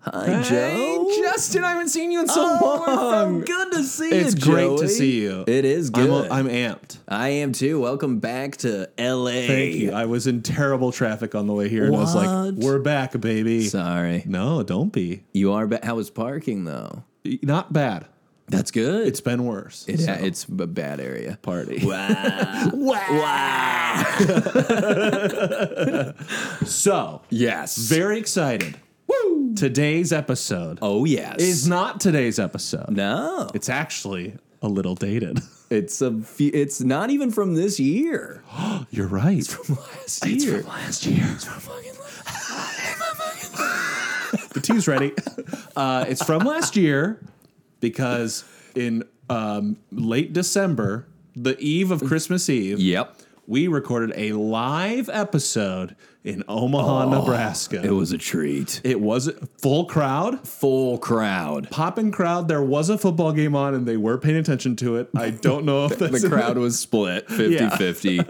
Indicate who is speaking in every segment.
Speaker 1: Hi, Joe.
Speaker 2: Hey, Justin, I haven't seen you in so
Speaker 1: Oh,
Speaker 2: long.
Speaker 1: it's so good to see you.
Speaker 2: it's great
Speaker 1: Joey.
Speaker 2: to see you.
Speaker 1: It is
Speaker 2: I'm,
Speaker 1: good.
Speaker 2: I'm amped.
Speaker 1: I am too. Welcome back to L.A.
Speaker 2: Thank you. I was in terrible traffic on the way here, and I was
Speaker 1: What?
Speaker 2: like, "We're back, baby."
Speaker 1: Sorry,
Speaker 2: no, don't be.
Speaker 1: you are. Ba- How was parking though?
Speaker 2: Not bad.
Speaker 1: That's good.
Speaker 2: It's been worse.
Speaker 1: It-
Speaker 2: So,
Speaker 1: it's a bad area.
Speaker 2: party.
Speaker 1: Wow. wow.
Speaker 2: So
Speaker 1: Yes.
Speaker 2: very excited. Woo! Today's episode
Speaker 1: oh yes.
Speaker 2: is not today's episode.
Speaker 1: no.
Speaker 2: It's actually a little dated.
Speaker 1: It's a. fe- It's not even from this year.
Speaker 2: You're right.
Speaker 1: Last
Speaker 2: It's from last year. The tea's ready. Uh, it's from last year because in um, late December, the eve of Christmas Eve,
Speaker 1: Yep.
Speaker 2: we recorded a live episode in Omaha, Nebraska.
Speaker 1: Oh, It was a treat.
Speaker 2: it was full crowd,
Speaker 1: Full crowd.
Speaker 2: popping crowd. There was a football game on, and they were paying attention to it. I don't know if that's
Speaker 1: the crowd was split 50
Speaker 2: Yeah.
Speaker 1: 50.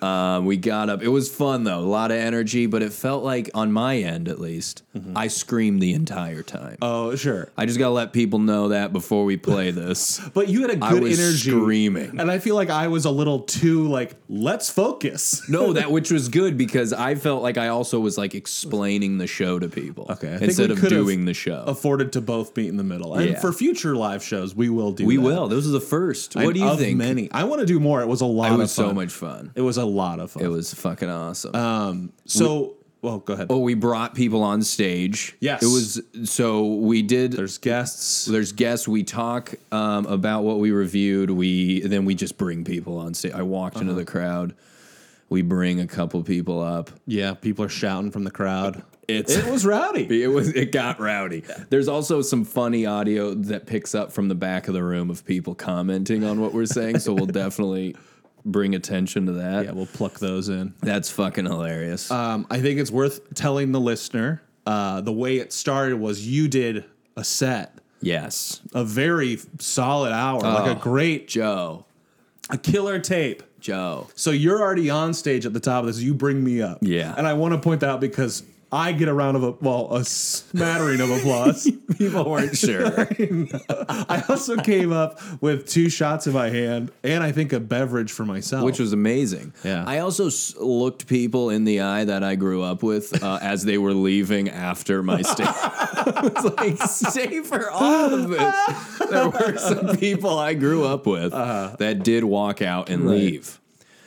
Speaker 1: Um, we got up. It was fun though, a lot of energy, but it felt like, on my end at least, I screamed the entire time.
Speaker 2: Mm-hmm. Oh, sure.
Speaker 1: I just gotta let people know that before we play this.
Speaker 2: But you had a good
Speaker 1: I was
Speaker 2: energy,
Speaker 1: screaming.
Speaker 2: and I feel like I was a little too like, let's focus.
Speaker 1: No, that which was good because I felt like I also was like explaining the show to people
Speaker 2: Okay, I think
Speaker 1: instead
Speaker 2: we
Speaker 1: of
Speaker 2: could have
Speaker 1: doing the show.
Speaker 2: afforded to both meet in the middle. And
Speaker 1: Yeah.
Speaker 2: for future live shows, we will do.
Speaker 1: we
Speaker 2: that.
Speaker 1: will. Those are the first.
Speaker 2: And
Speaker 1: what do you
Speaker 2: of
Speaker 1: think?
Speaker 2: Many. I want to do more. It was a lot.
Speaker 1: It was
Speaker 2: of
Speaker 1: so
Speaker 2: fun.
Speaker 1: much fun.
Speaker 2: It was a lot of fun.
Speaker 1: It was fucking awesome.
Speaker 2: um. So, well, go ahead.
Speaker 1: but we brought people on stage.
Speaker 2: Yes.
Speaker 1: it was so we did.
Speaker 2: There's guests.
Speaker 1: there's guests. We talk um, about what we reviewed. We then we just bring people on stage. I walked into the crowd. We bring a couple people up.
Speaker 2: Yeah, people are shouting from the crowd.
Speaker 1: It's
Speaker 2: It was rowdy.
Speaker 1: it was it got rowdy. There's also some funny audio that picks up from the back of the room of people commenting on what we're saying. So we'll definitely bring attention to that.
Speaker 2: Yeah, we'll pluck those in.
Speaker 1: That's fucking hilarious.
Speaker 2: Um, I think it's worth telling the listener. Uh, the way it started was you did a set,
Speaker 1: yes,
Speaker 2: a very solid hour, like a great,
Speaker 1: Joe,
Speaker 2: a killer tape.
Speaker 1: Joe.
Speaker 2: So you're already on stage at the top of this. You bring me up.
Speaker 1: Yeah.
Speaker 2: And I want to point that out because I get a round of, a, well, a smattering of applause.
Speaker 1: People weren't sure.
Speaker 2: I also came up with two shots in my hand and I think a beverage for myself.
Speaker 1: which was amazing.
Speaker 2: Yeah.
Speaker 1: I also s- looked people in the eye that I grew up with uh, as they were leaving after my stay. It's like, stay for all of this. There were some people I grew up with
Speaker 2: Uh-huh.
Speaker 1: that did walk out and leave.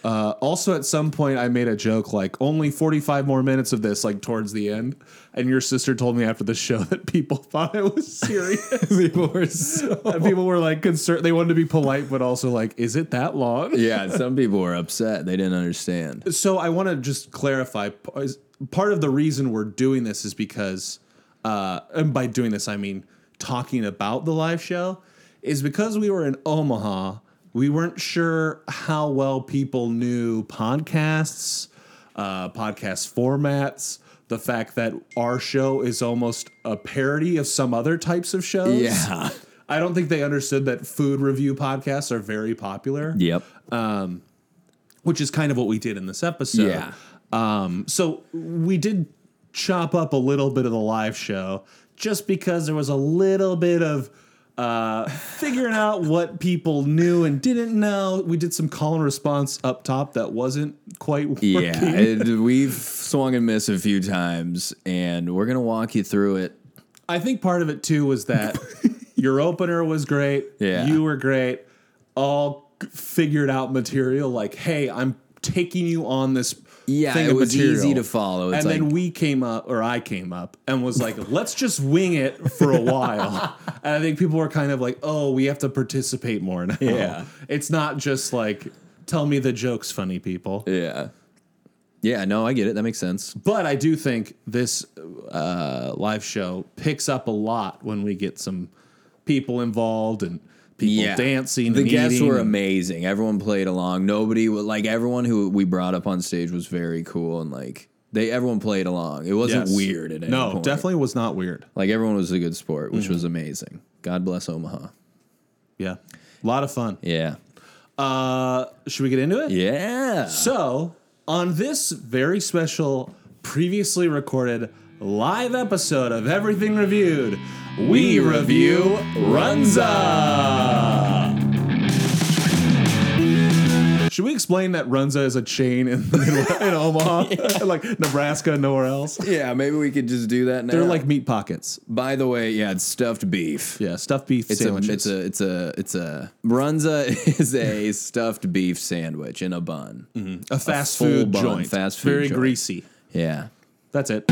Speaker 2: uh, also at some point I made a joke like only 45 more minutes of this, like towards the end. And your sister told me after the show that people thought it was serious.
Speaker 1: people were so-
Speaker 2: And people were like concerned. They wanted to be polite, but also like, is it that long?
Speaker 1: yeah, some people were upset. They didn't understand.
Speaker 2: So I want to just clarify. p- is- Part of the reason we're doing this is because, uh, and by doing this I mean talking about the live show, is because we were in Omaha. We weren't sure how well people knew podcasts, uh, podcast formats. The fact that our show is almost a parody of some other types of shows.
Speaker 1: Yeah.
Speaker 2: I don't think they understood that food review podcasts are very popular
Speaker 1: Yep.
Speaker 2: which is kind of what we did in this episode.
Speaker 1: Yeah.
Speaker 2: Um, so we did chop up a little bit of the live show just because there was a little bit of uh, figuring out what people knew and didn't know. We did some call and response up top that wasn't quite working.
Speaker 1: Yeah, it- we've swung and missed a few times, and we're gonna walk you through it.
Speaker 2: I think part of it too was that your opener was great.
Speaker 1: Yeah.
Speaker 2: You were great. All figured out material like, hey, I'm taking you on this
Speaker 1: Yeah,
Speaker 2: thing
Speaker 1: it
Speaker 2: of
Speaker 1: was
Speaker 2: material.
Speaker 1: easy to follow. It's
Speaker 2: and then
Speaker 1: like-
Speaker 2: we came up or I came up and was like, let's just wing it for a while. and I think people were kind of like, oh, we have to participate more now.
Speaker 1: Yeah.
Speaker 2: It's not just like tell me the jokes, funny people.
Speaker 1: Yeah. Yeah, no, I get it. That makes sense.
Speaker 2: But I do think this uh, live show picks up a lot when we get some people involved and people dancing.
Speaker 1: The
Speaker 2: and
Speaker 1: guests
Speaker 2: eating
Speaker 1: were
Speaker 2: and-
Speaker 1: amazing. Everyone played along. Nobody wa- like everyone who we brought up on stage was very cool and like they everyone played along. It wasn't
Speaker 2: Yes.
Speaker 1: weird at any
Speaker 2: No,
Speaker 1: point.
Speaker 2: definitely Mm-hmm. was not weird.
Speaker 1: Like everyone was a good sport, which was amazing. God bless Omaha.
Speaker 2: Yeah, a lot of fun.
Speaker 1: Yeah.
Speaker 2: Uh, should we get into it?
Speaker 1: Yeah.
Speaker 2: So on this very special, previously recorded live episode of Everything Reviewed, we review Runza. Should we explain that Runza is a chain in, the Midwest, in Omaha, like Nebraska, nowhere else?
Speaker 1: Yeah, maybe we could just do that now.
Speaker 2: They're like meat pockets.
Speaker 1: by the way, yeah, it's stuffed beef.
Speaker 2: Yeah, stuffed beef
Speaker 1: It's a, it's
Speaker 2: sandwiches.
Speaker 1: a it's a it's a brunza is a stuffed beef sandwich in a bun.
Speaker 2: a fast
Speaker 1: full
Speaker 2: food
Speaker 1: bun,
Speaker 2: joint.
Speaker 1: fast food
Speaker 2: Very
Speaker 1: joint.
Speaker 2: greasy.
Speaker 1: Yeah.
Speaker 2: That's it.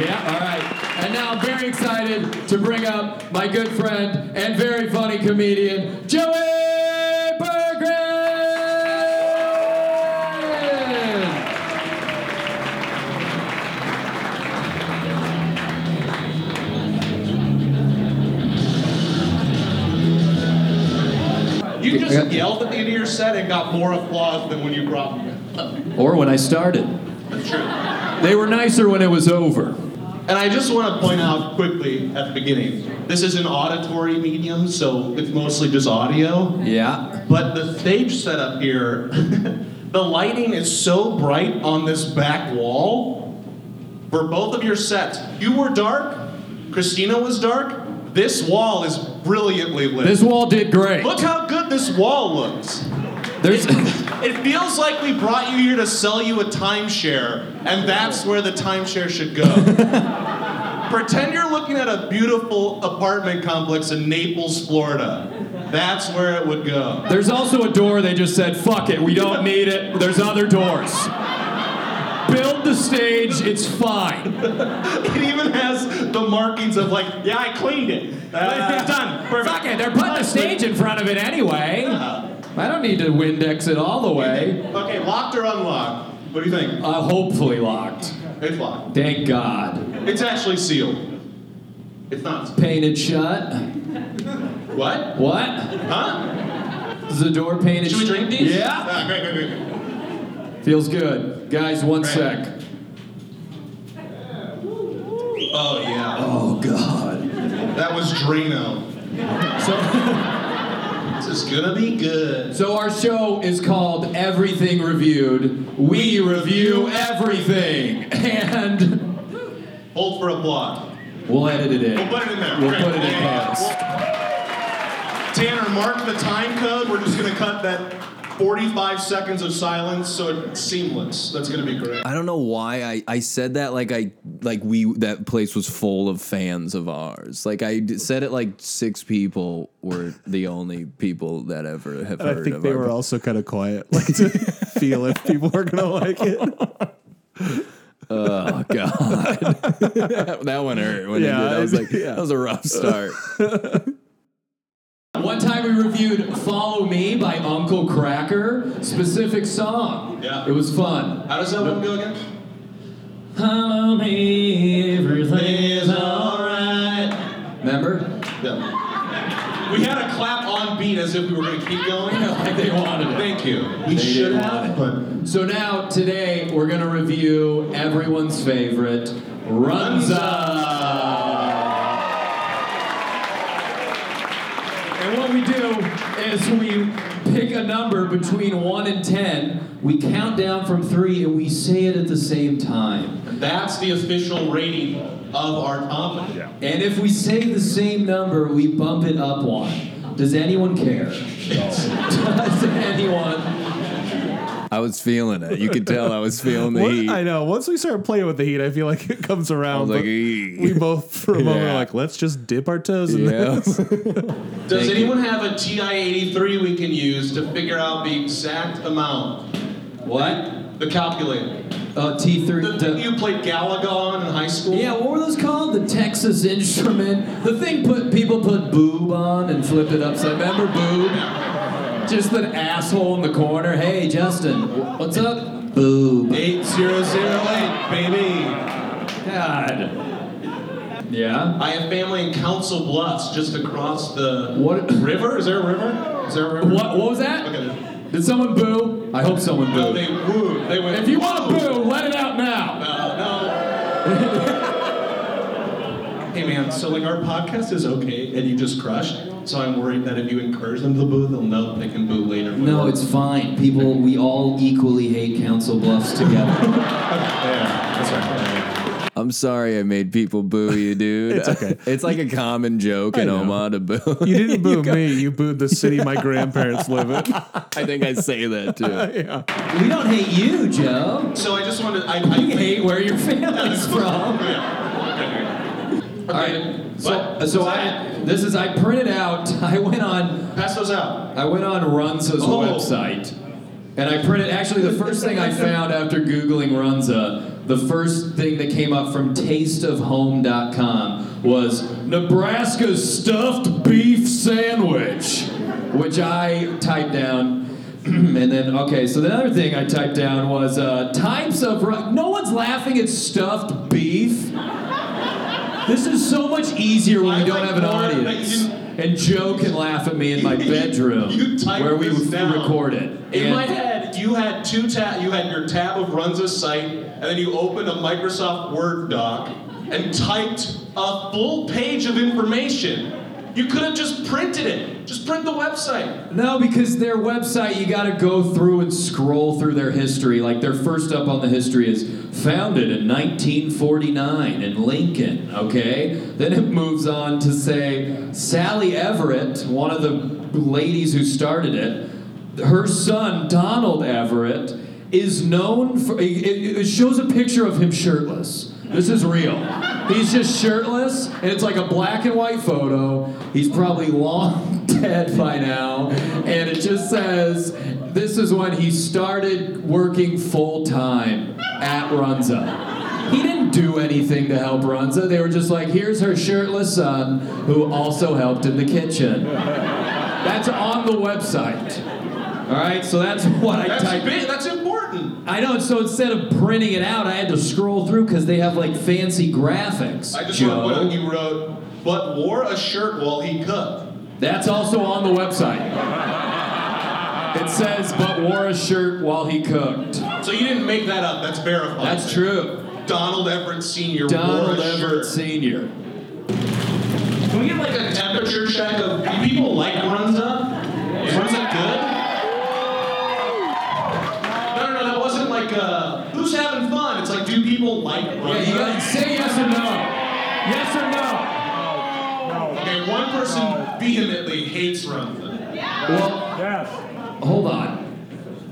Speaker 3: Yeah, all right. And now I'm very excited to bring up my good friend and very funny comedian, Joey Berggren!
Speaker 4: You just yelled at the end of your set and got more applause than when you brought me in.
Speaker 3: Or when I started. They were nicer when it was over.
Speaker 4: And I just want to point out quickly at the beginning this is an auditory medium, so it's mostly just audio.
Speaker 1: Yeah.
Speaker 4: But the stage setup here, the lighting is so bright on this back wall for both of your sets. You were dark, Christina was dark. This wall is brilliantly lit.
Speaker 3: This wall did great.
Speaker 4: Look how good this wall looks.
Speaker 3: There's,
Speaker 4: It feels like we brought you here to sell you a timeshare, and that's where the timeshare should go. Pretend you're looking at a beautiful apartment complex in Naples, Florida. That's where it would go.
Speaker 3: there's also a door they just said, fuck it, we don't need it. There's other doors. Build the stage, it's fine.
Speaker 4: It even has the markings of like, yeah, I cleaned it. Uh, it's done. Perfect. Uh-huh.
Speaker 3: Fuck it, they're putting the stage in front of it anyway. I don't need to Windex it all the way.
Speaker 4: Okay, locked or unlocked? What do you think?
Speaker 3: Uh, hopefully locked.
Speaker 4: It's locked.
Speaker 3: Thank God.
Speaker 4: It's actually sealed. It's not.
Speaker 3: Painted shut.
Speaker 4: What?
Speaker 3: What?
Speaker 4: Huh?
Speaker 3: Is the door painted
Speaker 4: Should we
Speaker 3: shut?
Speaker 4: drink these?
Speaker 3: Yeah.
Speaker 4: Ah, great, great, great, great.
Speaker 3: Feels good. Guys, one
Speaker 4: Right.
Speaker 3: sec.
Speaker 4: Oh, yeah.
Speaker 3: Oh, God.
Speaker 4: That was Drano.
Speaker 3: So,
Speaker 4: This is gonna be good.
Speaker 3: so our show is called Everything Reviewed. We review everything. And
Speaker 4: Hold for applaud.
Speaker 3: we'll edit it in.
Speaker 4: We'll put it in there.
Speaker 3: We'll
Speaker 4: Great.
Speaker 3: put it in
Speaker 4: Yeah.
Speaker 3: post.
Speaker 4: Tanner, mark the time code. We're just gonna cut that 45 seconds of silence so it's seamless. That's gonna be great.
Speaker 1: I don't know why I, I said that like I like we that place was full of fans of ours. Like I d- said it like six people were the only people that ever have heard
Speaker 2: I think
Speaker 1: of
Speaker 2: they
Speaker 1: our
Speaker 2: were also kind of quiet, like to feel if people were gonna like it.
Speaker 1: Oh god, that, that one hurt. When yeah,
Speaker 2: Yeah,
Speaker 1: did. I was like,
Speaker 2: yeah.
Speaker 1: that was a rough start.
Speaker 3: One time we reviewed Follow Me by Uncle Cracker, specific song.
Speaker 4: Yeah.
Speaker 3: It was fun.
Speaker 4: How does that one go again?
Speaker 3: Follow me, everything's
Speaker 4: alright.
Speaker 3: Remember?
Speaker 4: Yeah. We had a clap on beat as if we were gonna keep going.
Speaker 3: Like they wanted it.
Speaker 4: Thank you. We
Speaker 3: They
Speaker 4: should
Speaker 3: didn't
Speaker 4: have, but
Speaker 3: So now, today, we're going to review everyone's favorite, Runza. And what we do is we pick a number between 1 and 10, we count down from 3, and we say it at the same time.
Speaker 4: that's the official rating of our company.
Speaker 3: And if we say the same number, we bump it up one. Does anyone care? Does anyone?
Speaker 1: I was feeling it. You could tell I was feeling the
Speaker 2: What-
Speaker 1: heat.
Speaker 2: I know. Once we start playing with the heat, I feel like it comes
Speaker 1: I
Speaker 2: around.
Speaker 1: was like,
Speaker 2: but
Speaker 1: "Ee."
Speaker 2: we both, for a moment,
Speaker 1: Yeah.
Speaker 2: are like, let's just dip our toes in
Speaker 1: Yeah.
Speaker 2: this.
Speaker 4: Does
Speaker 1: Thank
Speaker 4: anyone have a TI 83 we can use to figure out the exact amount?
Speaker 3: What?
Speaker 4: The calculator.
Speaker 3: Uh, T three.
Speaker 4: The thing you played Galaga on in high school?
Speaker 3: yeah, what were those called? The Texas Instrument. The thing put people put boob on and flipped it upside. Remember boob? Just an asshole in the corner. Hey, Justin, what's up? Boob.
Speaker 4: 8008, baby.
Speaker 3: God. Yeah.
Speaker 4: I have family in Council Bluffs just across the
Speaker 3: What?
Speaker 4: river. Is there a river? Is there a river?
Speaker 3: What? What was that?
Speaker 4: Okay.
Speaker 3: Did someone boo? I hope someone
Speaker 4: No,
Speaker 3: booed.
Speaker 4: they wooed. They went.
Speaker 3: If you want to
Speaker 4: "Woo."
Speaker 3: boo, let it out now.
Speaker 4: Uh, hey man, so like our podcast is okay and you just crushed, so I'm worried that if you encourage them to boo, they'll know they can boo later.
Speaker 3: No, it's fine. People, we all equally hate Council Bluffs together.
Speaker 4: yeah, that's right.
Speaker 1: I'm sorry I made people boo you, dude. it's
Speaker 2: okay.
Speaker 1: it's like a common joke in
Speaker 2: know.
Speaker 1: Omaha to boo.
Speaker 2: You didn't boo me. You booed the city my grandparents live in.
Speaker 1: I think I say that too.
Speaker 2: yeah.
Speaker 3: we don't hate you, Joe.
Speaker 4: So I just wanted I, I
Speaker 3: We hate where your family's from.
Speaker 4: Yeah. Okay.
Speaker 3: All right. So,
Speaker 4: But-
Speaker 3: so I this is I printed out. I went on
Speaker 4: pass those out.
Speaker 3: I went on Runza's
Speaker 4: Oh.
Speaker 3: website, and I printed. Actually, the first thing I found after googling Runza, the first thing that came up from TasteOfHome.com was Nebraska's stuffed beef sandwich, which I typed down. and then okay, so the other thing I typed down was uh, types of. Ru- no one's laughing at stuffed beef. This is so much easier when
Speaker 4: I
Speaker 3: you don't
Speaker 4: like
Speaker 3: have an
Speaker 4: more that you
Speaker 3: audience.
Speaker 4: didn't-
Speaker 3: And Joe can laugh at me in my bedroom
Speaker 4: You typed
Speaker 3: where we
Speaker 4: this
Speaker 3: would
Speaker 4: down.
Speaker 3: record it.
Speaker 4: In
Speaker 3: And
Speaker 4: my head, you had two tab. You had your tab of Runza's site, and then you opened a Microsoft Word doc and typed a full page of information. You could have just printed it. Just print the website.
Speaker 3: No, because their website, you got to go through and scroll through their history. Like their first up on the history is founded in 1949 in Lincoln. Okay, then it moves on to say Sally Everett, one of the ladies who started it, her son Donald Everett is known for. It, it- it shows a picture of him shirtless. This is real. He's just shirtless, and it's like a black and white photo. He's probably long dead by now, and it just says, "This is when he started working full time at Runza." He didn't do anything to help Runza. They were just like, "Here's her shirtless son, who also helped in the kitchen." That's on the website. All right, so that's what I
Speaker 4: That's
Speaker 3: typed.
Speaker 4: big. That's important.
Speaker 3: I know. So instead of printing it out, I had to scroll through because they have like fancy graphics.
Speaker 4: I just
Speaker 3: Joe.
Speaker 4: wrote what you wrote, but wore a shirt while he cooked.
Speaker 3: That's also on the website. It says, but wore a shirt while he cooked.
Speaker 4: So you didn't make that up. That's verified.
Speaker 3: That's true.
Speaker 4: Donald Everett Sr.
Speaker 3: Donald
Speaker 4: wore a
Speaker 3: Everett
Speaker 4: shirt.
Speaker 3: Senior.
Speaker 4: Can we get like a temperature check of do people like Runza? Is Runza good? No, no, no, that wasn't like uh, who's having fun. It's like do people like
Speaker 3: Yeah, you
Speaker 4: Runza?
Speaker 3: gotta say yes or no. Yes or no.
Speaker 4: okay, one person vehemently hates Runza.
Speaker 3: Well, hold on.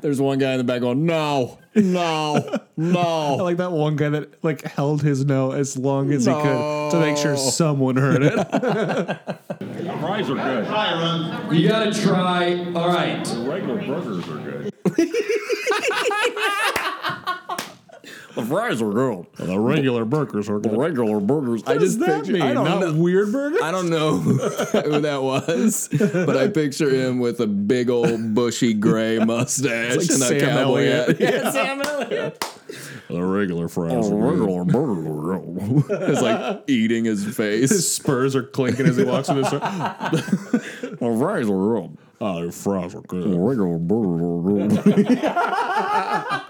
Speaker 1: There's one guy in the back going, no, no,
Speaker 2: I
Speaker 1: no.
Speaker 2: like that one guy that like held his no as long as he could to make sure
Speaker 1: No.
Speaker 2: someone heard it.
Speaker 5: Fries are good.
Speaker 4: Hi, Run.
Speaker 3: You gotta try. All right.
Speaker 5: Regular burgers are good.
Speaker 1: The fries are good.
Speaker 2: the regular burgers are
Speaker 1: The regular burgers. I
Speaker 2: What does
Speaker 1: just
Speaker 2: that
Speaker 1: picture-
Speaker 2: mean?
Speaker 1: I don't
Speaker 2: Not
Speaker 1: know.
Speaker 2: weird burger.
Speaker 1: I don't know who that was, but I picture him with a big old bushy gray mustache
Speaker 2: It's like
Speaker 1: and a
Speaker 2: Sam
Speaker 1: cowboy
Speaker 2: Elliott.
Speaker 1: hat. Yeah, Sam Elliott.
Speaker 2: The regular fries.
Speaker 1: The Oh, regular burgers are good. It's like eating his
Speaker 2: His
Speaker 1: face.
Speaker 2: spurs are clinking as he walks through the store.
Speaker 1: The fries are good.
Speaker 2: Oh, your fries are
Speaker 1: The
Speaker 2: good.
Speaker 1: regular burgers are good.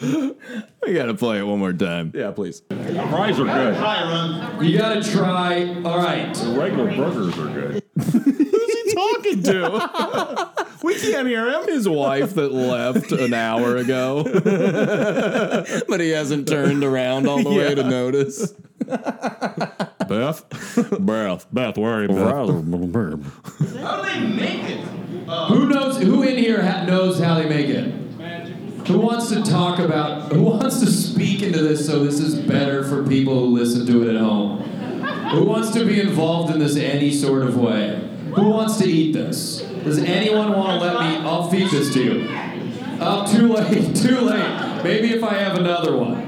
Speaker 1: We gotta play it one more time.
Speaker 2: Yeah, please.
Speaker 5: Fries are good.
Speaker 4: Hi, Run.
Speaker 3: You gotta try. All right.
Speaker 5: Regular burgers are good.
Speaker 2: Talking to. we can't hear him.
Speaker 1: His wife that left an hour ago, but he hasn't turned around all the way to notice.
Speaker 2: Beth.
Speaker 1: Breath.
Speaker 2: Beth, where are you,
Speaker 4: How do they make it?
Speaker 3: Who knows? Who in here ha- knows how they make it? Who wants to talk about? Who wants to speak into this so this is better for people who listen to it at home? Who wants to be involved in this any sort of way? Who wants to eat this? Does anyone want to let me? I'll feed this to you. Oh, too late. Too late. Maybe if I have another one.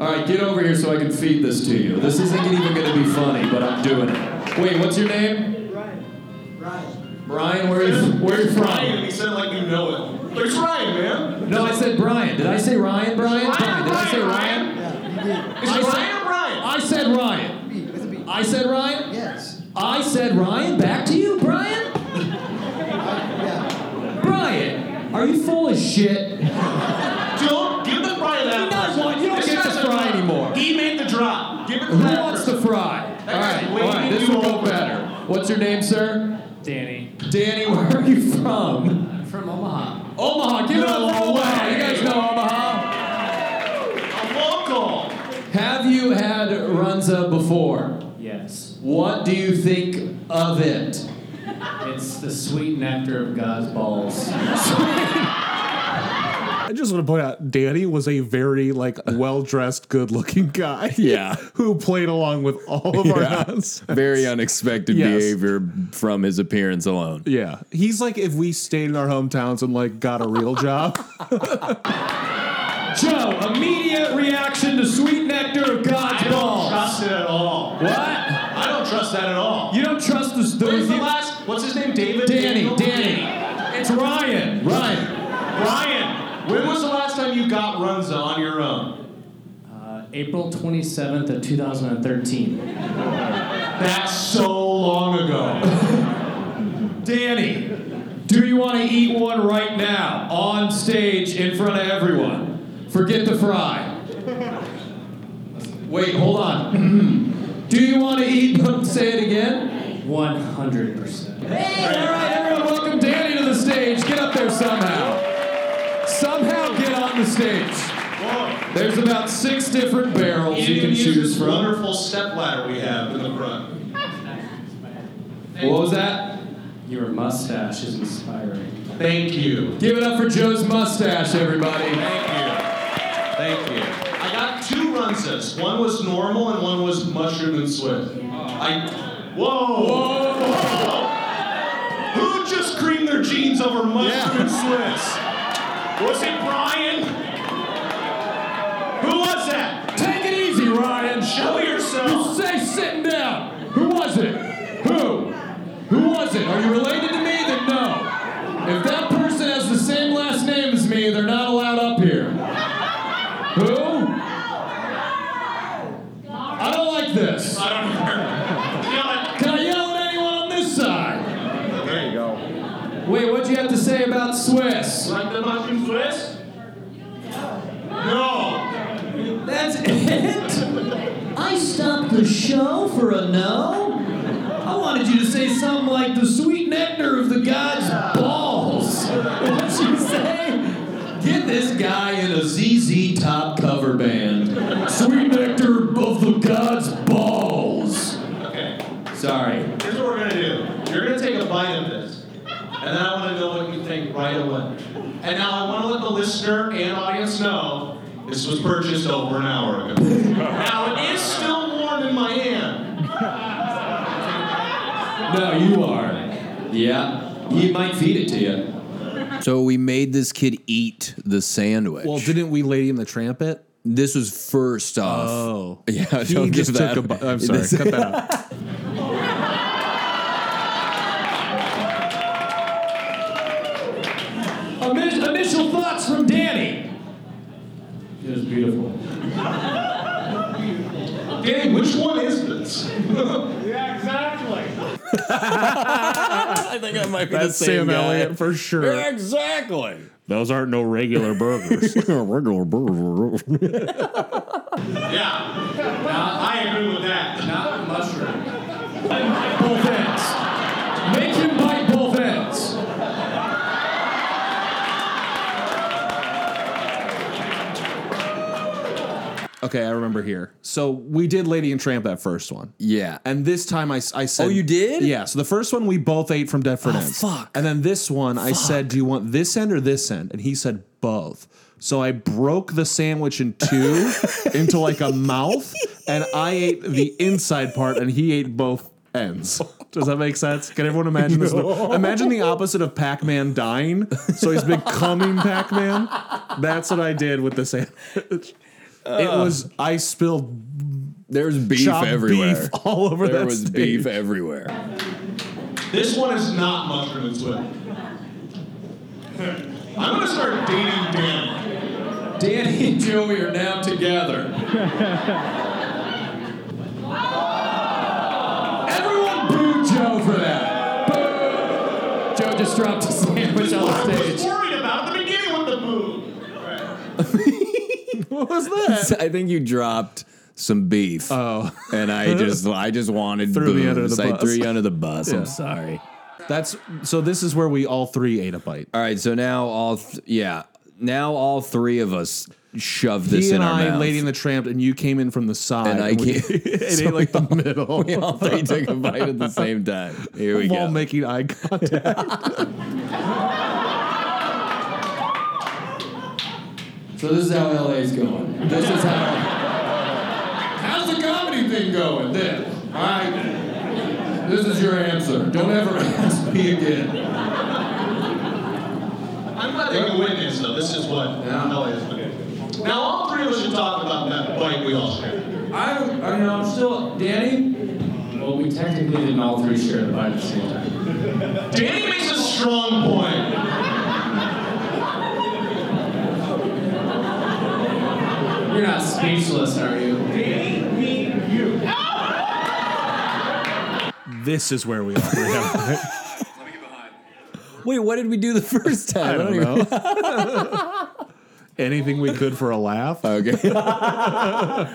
Speaker 3: All right, get over here so I can feed this to you. This isn't even going to be funny, but I'm doing it. Wait, what's your name? Ryan. Ryan, where are you, where are you from?
Speaker 4: Ryan, and he said it like you know it. There's Ryan, man.
Speaker 3: No, I said Brian. Did I say Ryan? Brian?
Speaker 4: Ryan,
Speaker 3: Brian, Did I say
Speaker 4: Ryan,
Speaker 3: Ryan?
Speaker 4: Is
Speaker 3: I
Speaker 4: it
Speaker 3: said-
Speaker 4: Ryan or Ryan?
Speaker 3: I said Ryan. I said Ryan?
Speaker 6: Yes.
Speaker 3: I said Ryan. Back to you, Brian? Brian, are you full of
Speaker 4: Don't
Speaker 3: shit?
Speaker 4: give the Ryan that. person.
Speaker 3: You're not one. You don't
Speaker 4: This
Speaker 3: get to
Speaker 4: guy's a
Speaker 3: fry
Speaker 4: drop.
Speaker 3: anymore.
Speaker 4: He made the drop.
Speaker 3: Who wants to fry? All right, all right. This will go better. What's your name, sir?
Speaker 6: Danny.
Speaker 3: Danny. Where are you from?
Speaker 6: From Omaha.
Speaker 3: Omaha. Give it up for Omaha. You guys know Omaha.
Speaker 4: A local.
Speaker 3: Have you had runza before?
Speaker 6: Yes.
Speaker 3: What do you think of it?
Speaker 6: It's the sweet nectar of God's balls.
Speaker 2: I just want to point out, Danny was a very like well-dressed, good-looking guy.
Speaker 1: Yeah.
Speaker 2: who played along with all of our
Speaker 1: Yeah.
Speaker 2: nuts.
Speaker 1: Very unexpected
Speaker 2: Yes.
Speaker 1: behavior from his appearance alone.
Speaker 2: Yeah, he's like if we stayed in our hometowns and like got a real job.
Speaker 3: Joe, immediate reaction to sweet nectar of God's
Speaker 4: I don't trust
Speaker 3: balls.
Speaker 4: it at all.
Speaker 3: What?
Speaker 4: I don't trust that at all.
Speaker 3: You don't trust this dude?
Speaker 4: Where's the
Speaker 3: you-
Speaker 4: last? What's his name? David.
Speaker 3: Danny,
Speaker 4: Daniel?
Speaker 3: Danny. It's Ryan. Ryan.
Speaker 4: Ryan. When was the last time you got Runza on your own?
Speaker 6: Uh, April 27th of 2013.
Speaker 4: That's so long ago.
Speaker 3: Danny, do you want to eat one right now on stage in front of everyone? Forget the fry. Wait, hold on. do you want to eat? Say it again.
Speaker 6: 100%.
Speaker 3: Hey, all right, everyone, welcome Danny to the stage. Get up there somehow. Somehow get on the stage.
Speaker 4: Whoa.
Speaker 3: There's about six different barrels
Speaker 4: You,
Speaker 3: you,
Speaker 4: can
Speaker 3: can
Speaker 4: use
Speaker 3: choose
Speaker 4: this
Speaker 3: from.
Speaker 4: wonderful step ladder we have in the front.
Speaker 3: What was that?
Speaker 6: Your mustache is inspiring.
Speaker 4: Thank you.
Speaker 3: Give it up for Joe's mustache, everybody.
Speaker 4: Thank you. Thank you. I got two Runzas. One was normal and one was mushroom and swift. I. Whoa. Who just creamed their jeans over mushroom and Swiss? Was it Brian? Who was that?
Speaker 3: Take it easy, Ryan.
Speaker 4: Show yourself.
Speaker 3: Say sitting down. Who was it? Who? Who was it? Are you related to me? Then no. If that person has the same last name as me, they're not allowed up here. Who? I don't like this.
Speaker 4: I don't care. Yell
Speaker 3: Can I yell at anyone on this side?
Speaker 5: There you go.
Speaker 3: Wait, what'd you have to say about Swiss?
Speaker 4: it. Like the mushroom Swiss? No.
Speaker 3: That's it? I stopped the show for a no? I wanted you to say something like the sweet nectar of the god's balls. What'd you say? Get this guy in a ZZ Top cover band. Sweet nectar of the god's balls.
Speaker 4: Okay.
Speaker 3: Sorry.
Speaker 4: Here's what we're gonna do. You're gonna take a bite of this, and then I want to know what you think right away. And now I want to let the listener and audience know this was purchased over an hour ago. now it is still warm in my hand.
Speaker 3: No, you are. Yeah. He might feed it to you.
Speaker 1: So we made this kid eat the sandwich.
Speaker 2: well, didn't we, Lady in the Tramp? It.
Speaker 1: this was first off.
Speaker 2: Oh.
Speaker 1: yeah.
Speaker 2: He
Speaker 1: don't
Speaker 2: just
Speaker 1: give that.
Speaker 2: took a bu- I'm sorry,
Speaker 1: This-
Speaker 2: cut that out.
Speaker 3: Initial, initial thoughts from Danny.
Speaker 6: It was beautiful.
Speaker 4: Danny, which one is this?
Speaker 1: I think I might be
Speaker 2: That's Sam Elliott for sure.
Speaker 1: Exactly.
Speaker 5: Those aren't no regular burgers. regular burgers.
Speaker 4: Yeah. I agree with that.
Speaker 6: Not mushroom.
Speaker 3: Both ends. Make him bite both ends.
Speaker 2: Okay, I remember here. So we did Lady and Tramp that first one.
Speaker 1: Yeah.
Speaker 2: And this time I, s- I said.
Speaker 1: Oh, you did?
Speaker 2: Yeah. So the first one we both ate from different
Speaker 1: Oh,
Speaker 2: ends.
Speaker 1: fuck.
Speaker 2: And then this one I said, do you want this end or this end? And he said, both. So I broke the sandwich in two into like a mouth, and I ate the inside part, and he ate both ends. Does that make sense? Can everyone imagine this? Imagine the opposite of Pac Man dying. So he's becoming Pac Man. That's what I did with the sandwich. It was, I spilled
Speaker 1: There's beef
Speaker 2: chopped
Speaker 1: everywhere.
Speaker 2: beef all over
Speaker 1: there
Speaker 2: that
Speaker 1: was
Speaker 2: stage.
Speaker 1: beef everywhere.
Speaker 4: This one is not mushroom and sweat. I'm gonna start dating Dan.
Speaker 3: Danny and Joey are now together. Everyone boo Joe for that. Boo! Joe just dropped a sandwich
Speaker 4: I
Speaker 3: on
Speaker 4: was
Speaker 3: stage.
Speaker 4: worried about at the beginning with the move.
Speaker 2: What was that?
Speaker 1: I think you dropped some beef.
Speaker 2: Oh.
Speaker 1: And I just I just wanted
Speaker 2: Threw me under
Speaker 1: boobs.
Speaker 2: the
Speaker 1: I
Speaker 2: bus.
Speaker 1: threw you under the bus.
Speaker 2: Yeah.
Speaker 1: I'm sorry.
Speaker 2: That's so. This is where we all three ate a bite.
Speaker 1: All right, so now all th- yeah, now all three of us shove this
Speaker 2: he
Speaker 1: in
Speaker 2: and
Speaker 1: our
Speaker 2: I,
Speaker 1: mouth.
Speaker 2: Lady and the Tramp, and you came in from the side.
Speaker 1: And I
Speaker 2: we-
Speaker 1: came-
Speaker 2: it
Speaker 1: so
Speaker 2: ate like the middle.
Speaker 1: we all three took a bite at the same time. Here we
Speaker 2: while
Speaker 1: go.
Speaker 2: making eye contact.
Speaker 3: So this is how LA's going. This is how. How's the comedy thing going? Then, all right. This is your answer. Don't ever ask me again.
Speaker 4: I'm letting you witness, though. This is what hell is. Okay. Now, all three of us should talk about that bite we all shared.
Speaker 3: I, I mean, I'm still Danny.
Speaker 6: Well, we technically didn't all three share the bite at the same time.
Speaker 4: Danny makes a strong point.
Speaker 6: You're not speechless, are you?
Speaker 2: this is where we all three had a bite.
Speaker 1: Wait, what did we do the first time?
Speaker 2: I don't know. Anything we could for a laugh.
Speaker 1: Okay. all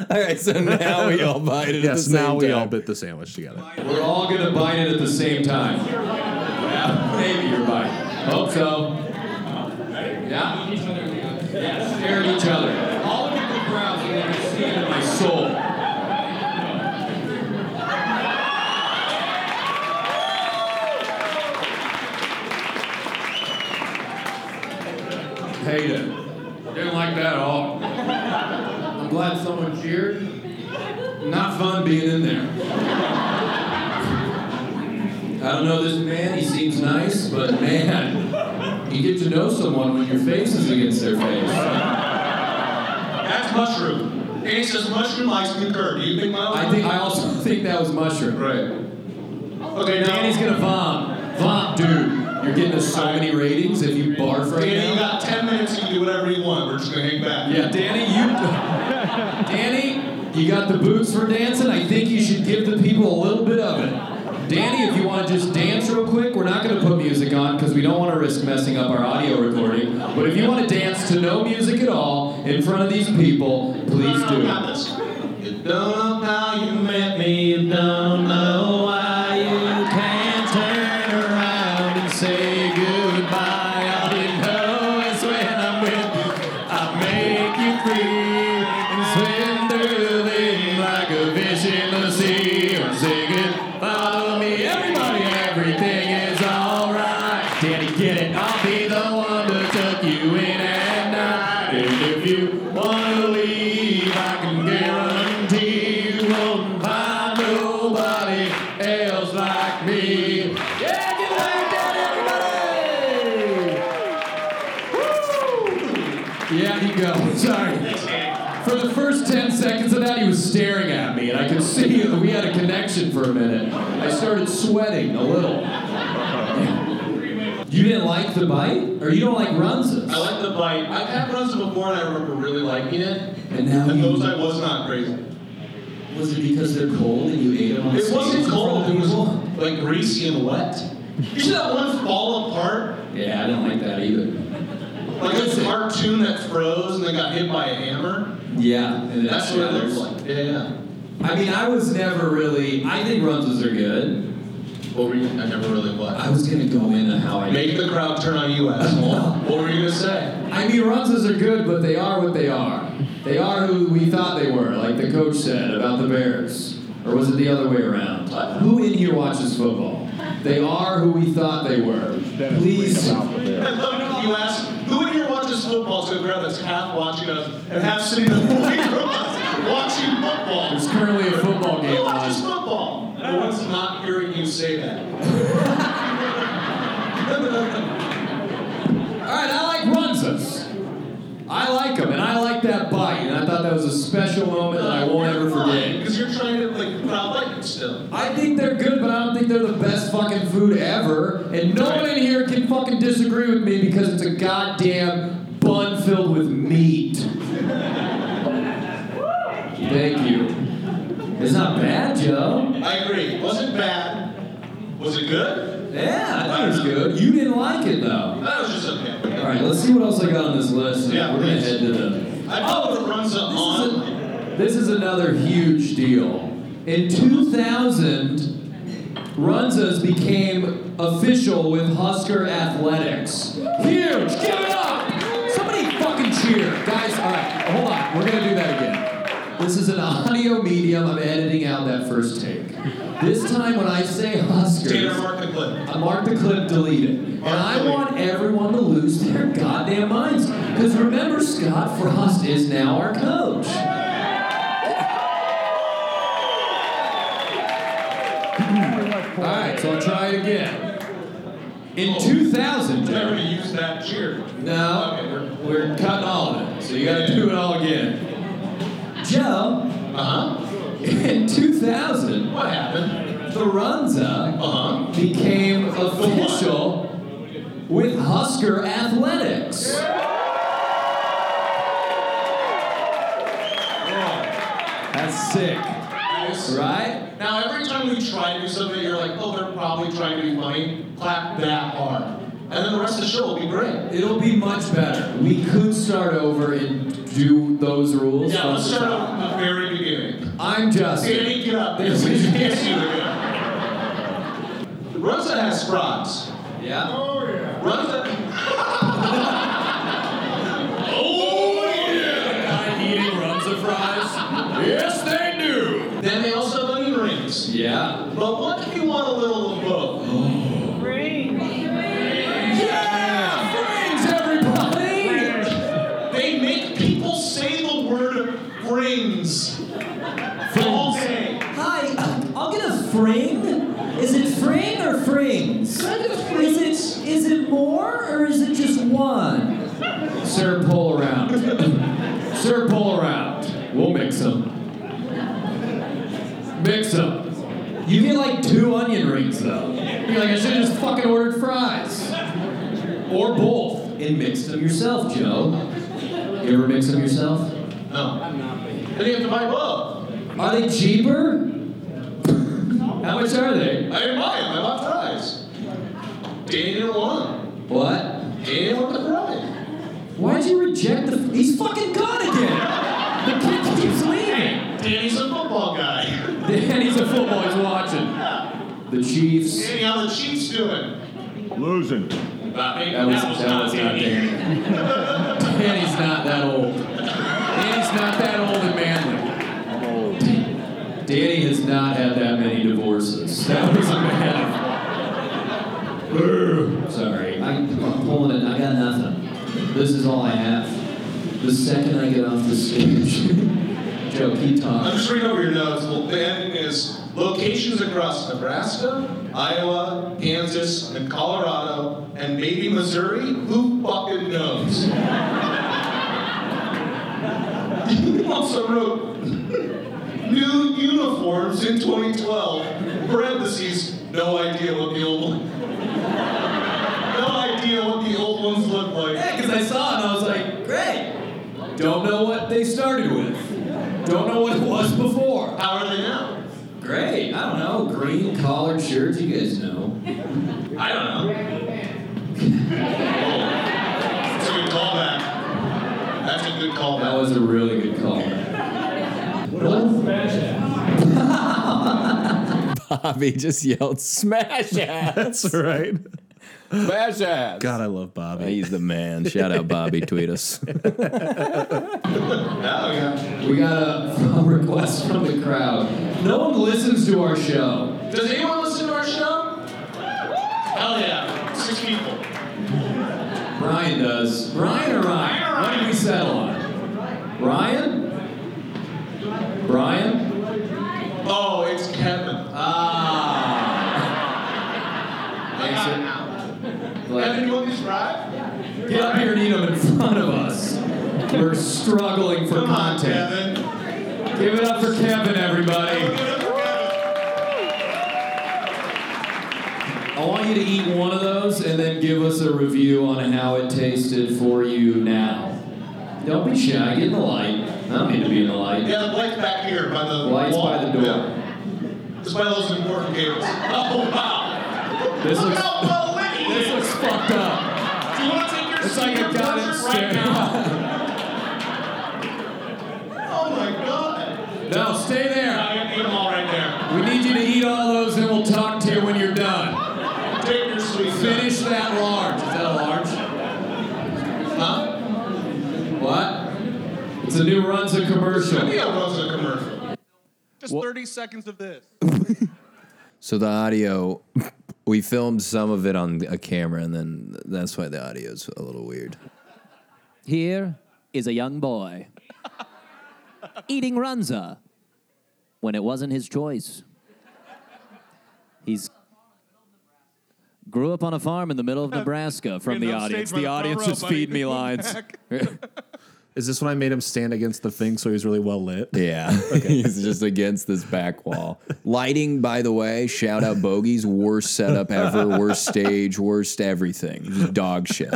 Speaker 1: right, so now we all bite it. at
Speaker 2: yes,
Speaker 1: the same
Speaker 2: now we
Speaker 1: time.
Speaker 2: all bit the sandwich together.
Speaker 3: We're all gonna bite it at the same time. Yeah, maybe you're bite. Hope so. Yeah. Yeah. Stare at each other. All look at the crowd so they can see it in my soul. Hate it. Didn't like that at all. I'm glad someone cheered. Not fun being in there. I don't know this man, he seems nice, but man, you get to know someone when your face is against their face.
Speaker 4: That's mushroom. Danny says mushroom ice cream curd. Do you think my
Speaker 3: I think I also think that was mushroom.
Speaker 4: Right. Okay,
Speaker 3: Okay,
Speaker 4: now
Speaker 3: Danny's gonna vom. Vom, dude. You're getting us so many ratings if you barf right
Speaker 4: Danny, you
Speaker 3: now.
Speaker 4: got 10 minutes. You can do whatever you want. We're just going to hang back.
Speaker 3: Yeah, Danny, you Danny, you got the boots for dancing. I think you should give the people a little bit of it. Danny, if you want to just dance real quick, we're not going to put music on because we don't want to risk messing up our audio recording. But if you want to dance to no music at all in front of these people, please
Speaker 4: No, no,
Speaker 3: do.
Speaker 4: not this. You don't know how you met me. You don't know why you can't turn around and say goodbye.
Speaker 3: All you know is when I'm with you, I make you free and swim through them like a fish in the sea. I'm singing, follow me, everybody, everything is alright. Daddy, get it, I'll be the one that took you in at night. And if you wanna leave, I can guarantee you won't find nobody else like me. Yeah, get like that, everybody! Yeah, he goes. Sorry. For the first 10 seconds of that, he was staring at me, and I could see that we had a connection for a minute. I started sweating a little. You didn't like the bite? Or you don't like Runzas?
Speaker 4: I like the bite. I've had runs before and I remember really liking it.
Speaker 3: And now
Speaker 4: And
Speaker 3: you-
Speaker 4: those I was not crazy.
Speaker 3: Was it because they're cold and you ate them on
Speaker 4: It wasn't cold, it was like greasy and wet. You see that one fall apart?
Speaker 3: Yeah, I didn't like that either.
Speaker 4: Like a cartoon that froze and then got hit by a hammer?
Speaker 3: Yeah, and
Speaker 4: That's what it looks like. Yeah, yeah.
Speaker 3: I mean, I was never really. I think Runzas are good.
Speaker 4: What were you, I never really
Speaker 3: I
Speaker 4: was.
Speaker 3: was gonna go in on how I
Speaker 4: Make the crowd turn on you, asshole. what were you gonna say?
Speaker 3: I mean, Runzas are good, but they are what they are. They are who we thought they were, like the coach said about the Bears. Or was it the other way around? Uh, Who in here watches football? They are who we thought they were. Please.
Speaker 4: I love it if you ask, who in here watches football to a crowd that's half watching us and half sitting in the movie from us watching football?
Speaker 3: There's currently a football game
Speaker 4: Who watches
Speaker 3: on.
Speaker 4: football? No one's uh, not hearing you say that.
Speaker 3: All right, I like Runzas. I like them, and I like that bite, and I thought that was a special moment that I won't ever forget.
Speaker 4: Because you're trying to, like, crowd like it still.
Speaker 3: I think they're good, but I don't think they're the best fucking food ever. And no one in here can fucking disagree with me because it's a goddamn bun filled with meat. Thank you. It's not bad, Joe.
Speaker 4: I agree. Wasn't bad. Was it good?
Speaker 3: Yeah, I thought it was good. You didn't like it though.
Speaker 4: That was just okay.
Speaker 3: All right, let's see what else I got on this list.
Speaker 4: Yeah,
Speaker 3: We're gonna
Speaker 4: please.
Speaker 3: head to the.
Speaker 4: I put the runs up
Speaker 3: This
Speaker 4: on.
Speaker 3: is This is another huge deal. In 2000, Runzas became official with Husker Athletics. Huge! Give it up! Somebody fucking cheer. Guys, all right, hold on. We're going to do that again. This is an audio medium. I'm editing out that first take. This time when I say Huskers.
Speaker 4: Tanner, mark the clip.
Speaker 3: I mark the clip, delete it. And I
Speaker 4: delete.
Speaker 3: want everyone to lose their goddamn minds. Because remember, Scott Frost is now our coach. Alright, so I'll try it again. In
Speaker 4: They're going
Speaker 3: 2000, Jeremy.
Speaker 4: to use that cheer. Okay,
Speaker 3: No,
Speaker 4: we're-
Speaker 3: we're cutting all of it. So you gotta do it all again. Joe,
Speaker 4: Uh-huh.
Speaker 3: in 2000,
Speaker 4: What happened?
Speaker 3: Ferranza
Speaker 4: Uh-huh.
Speaker 3: became official with Husker Athletics. That's sick,
Speaker 4: Nice.
Speaker 3: right?
Speaker 4: Now, every time we try to do something, you're like, oh, they're probably trying to be funny. Clap that hard. And then the rest of the show will be great.
Speaker 3: It'll be much better. We could start over and do those rules.
Speaker 4: Yeah,
Speaker 3: from
Speaker 4: let's
Speaker 3: the
Speaker 4: start
Speaker 3: top.
Speaker 4: off from the very beginning.
Speaker 3: I'm Justin.
Speaker 4: Danny, get up. This is the issue again. Rosa has frogs.
Speaker 3: Yeah.
Speaker 4: Rosa. oh, yeah.
Speaker 3: Eating runs of fries.
Speaker 4: Yes, they do. Then they also have onion rings.
Speaker 3: Yeah.
Speaker 4: But what if you want a little of both?
Speaker 3: Yeah. Rings, everybody.
Speaker 4: They make people say the word rings all day.
Speaker 3: Hi, I'll get a fring. Is it fring or frings? Is it is it more or is it just one? Sir, pull around. Sir, pull around. We'll mix them. Mix them. You get like two onion rings though. You're like, I should have just fucking ordered fries. Or both. And mix them yourself, Joe. You ever mix them yourself?
Speaker 4: No. I'm not. Then you have to buy both.
Speaker 3: Are they cheaper? How much are they?
Speaker 4: I didn't buy them. I bought fries. Daniel won.
Speaker 3: What?
Speaker 4: Daniel won the fry.
Speaker 3: Why'd you reject the? He's fucking gone again. The kid keeps leaving.
Speaker 4: Danny's a football guy.
Speaker 3: And he's a football. He's watching. The Chiefs.
Speaker 4: Danny, how the Chiefs doing?
Speaker 5: Losing.
Speaker 3: That was that was not Danny. Danny's not that old. Danny's not that old and manly. Danny has not had that many divorces. That was a man. Brr. Sorry, I, I'm pulling it. I got nothing. This is all I have. The second I get off the stage, Joe, keep
Speaker 4: I'm
Speaker 3: talking.
Speaker 4: just reading over your notes. Well, the ending is locations across Nebraska, Iowa, Kansas, and Colorado, and maybe Missouri. Who fucking knows? you also wrote new uniforms in 2012. Parentheses. No idea what the old one. No idea what the old ones look like.
Speaker 3: Yeah, because I saw it and I was like, great. Don't know what they started with. Don't know what it was before.
Speaker 4: How are they now?
Speaker 3: Great. I don't know. Green collared shirts. You guys know.
Speaker 4: I don't know. That's a good callback. That's a good
Speaker 3: That
Speaker 4: callback.
Speaker 3: was a really good call.
Speaker 1: Bobby just yelled, "Smash ass,
Speaker 2: That's right.
Speaker 1: smash ass!"
Speaker 2: God, I love Bobby.
Speaker 1: He's the man. Shout out, Bobby. Tweet us.
Speaker 4: Oh, yeah.
Speaker 3: We got a, a request from the crowd. No one listens to our show.
Speaker 4: Does anyone listen to our show? Hell yeah. Six people.
Speaker 3: Brian does. Brian or Ryan?
Speaker 4: Ryan or
Speaker 3: What did we
Speaker 4: Ryan?
Speaker 3: settle on? Ryan? Brian?
Speaker 4: Oh, it's Kevin.
Speaker 3: Ah.
Speaker 4: I got it now. Ah. Kevin,
Speaker 3: Like,
Speaker 4: you want this ride?
Speaker 3: get up here and eat them in front of us. We're struggling for
Speaker 4: Come on,
Speaker 3: content.
Speaker 4: Kevin. Give
Speaker 3: Give it up for Kevin, everybody.
Speaker 4: it up for Kevin.
Speaker 3: I want you to eat one of those and then give us a review on how it tasted for you now. Don't be shy. Get in the light. I don't need to be in the light.
Speaker 4: Yeah, the light's back here by the
Speaker 3: Lights
Speaker 4: wall.
Speaker 3: by the door.
Speaker 4: Yeah. It's by those important cables. Oh, wow.
Speaker 3: This
Speaker 4: Look
Speaker 3: looks
Speaker 4: how well lit it
Speaker 3: this
Speaker 4: is.
Speaker 3: looks fucked up.
Speaker 4: Do you want to take your
Speaker 3: It's like
Speaker 4: senior
Speaker 3: a guidance
Speaker 4: portrait right
Speaker 3: stereo.
Speaker 4: now? Oh, my God.
Speaker 3: No, stay there.
Speaker 4: I eat them all right there.
Speaker 3: We need you to eat all those, and we'll talk to you when you're done.
Speaker 4: Take your sweet stuff.
Speaker 3: Finish that large. Is that a large? Huh? What? It's a new Runza commercial.
Speaker 4: Yeah, runs a commercial. Just 30 seconds of this.
Speaker 1: So the audio, we filmed some of it on a camera, and then that's why the audio's a little weird.
Speaker 7: Here is a young boy eating Runza when it wasn't his choice. He's grew up on a farm in the middle of Nebraska from the
Speaker 4: Getting upstage
Speaker 7: audience.
Speaker 4: by
Speaker 7: The
Speaker 4: front
Speaker 7: audience
Speaker 4: row,
Speaker 7: is
Speaker 4: buddy.
Speaker 7: feeding me lines.
Speaker 2: Is this when I made him stand against the thing so he was really well lit?
Speaker 1: Yeah, he's just against this back wall. Lighting, by the way, shout out Bogies, worst setup ever, worst stage, worst everything, just dog shit,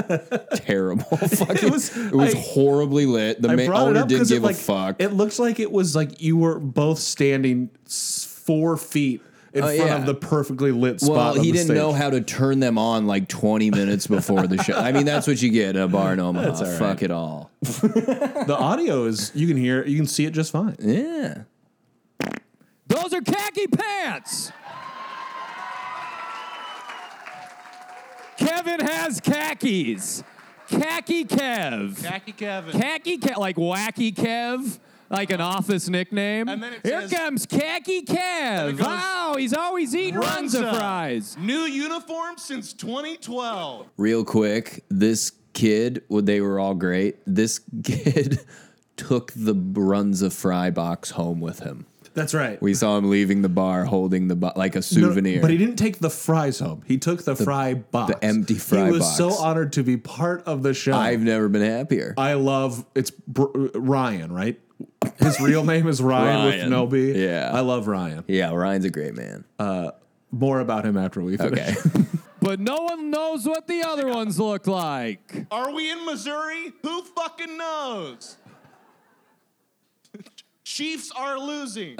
Speaker 1: terrible. Fucking, it was,
Speaker 2: was- I-
Speaker 1: horribly lit. The
Speaker 2: I
Speaker 1: ma-
Speaker 2: brought it
Speaker 1: owner
Speaker 2: up
Speaker 1: didn't
Speaker 2: because
Speaker 1: give
Speaker 2: it, like,
Speaker 1: a fuck.
Speaker 2: It looks like it was like you were both standing s- four feet in
Speaker 1: Oh,
Speaker 2: front
Speaker 1: yeah.
Speaker 2: of the perfectly lit spot.
Speaker 1: well,
Speaker 2: on
Speaker 1: he
Speaker 2: the
Speaker 1: didn't
Speaker 2: stage.
Speaker 1: know how to turn them on like 20 minutes before the show. I mean, that's what you get at a bar in Omaha.
Speaker 2: all right.
Speaker 1: Fuck it all.
Speaker 2: the audio is. You can hear. it, You can see it just fine.
Speaker 1: Yeah.
Speaker 7: Those are khaki pants. Kevin has khakis. Khaki Kev.
Speaker 4: Jackie Kevin.
Speaker 7: Khaki Kev, like Wacky Kev, like an office nickname.
Speaker 4: And then it
Speaker 7: Here
Speaker 4: says-
Speaker 7: comes Khaki Kev.
Speaker 4: goes,
Speaker 7: wow, he's always eating Runza fries.
Speaker 4: New uniform since 2012.
Speaker 1: real quick this kid well, they were all great this kid took the brunza fry box home with him
Speaker 2: That's right.
Speaker 1: we saw him leaving the bar holding the bo- like a
Speaker 2: No, no,
Speaker 1: souvenir
Speaker 2: but he didn't take the fries home. He took the, fry box.
Speaker 1: the empty fry
Speaker 2: He was
Speaker 1: box.
Speaker 2: so honored to be part of the show.
Speaker 1: i've never been happier
Speaker 2: I love it's Br- uh, Ryan, right? His real name is Ryan,
Speaker 1: Ryan.
Speaker 2: with no B.
Speaker 1: Yeah.
Speaker 2: I love Ryan.
Speaker 1: yeah ryan's a great man
Speaker 2: More about him after we finish.
Speaker 1: okay
Speaker 7: But no one knows what the other ones look like.
Speaker 4: Are we in Missouri? Who fucking knows? Chiefs are losing.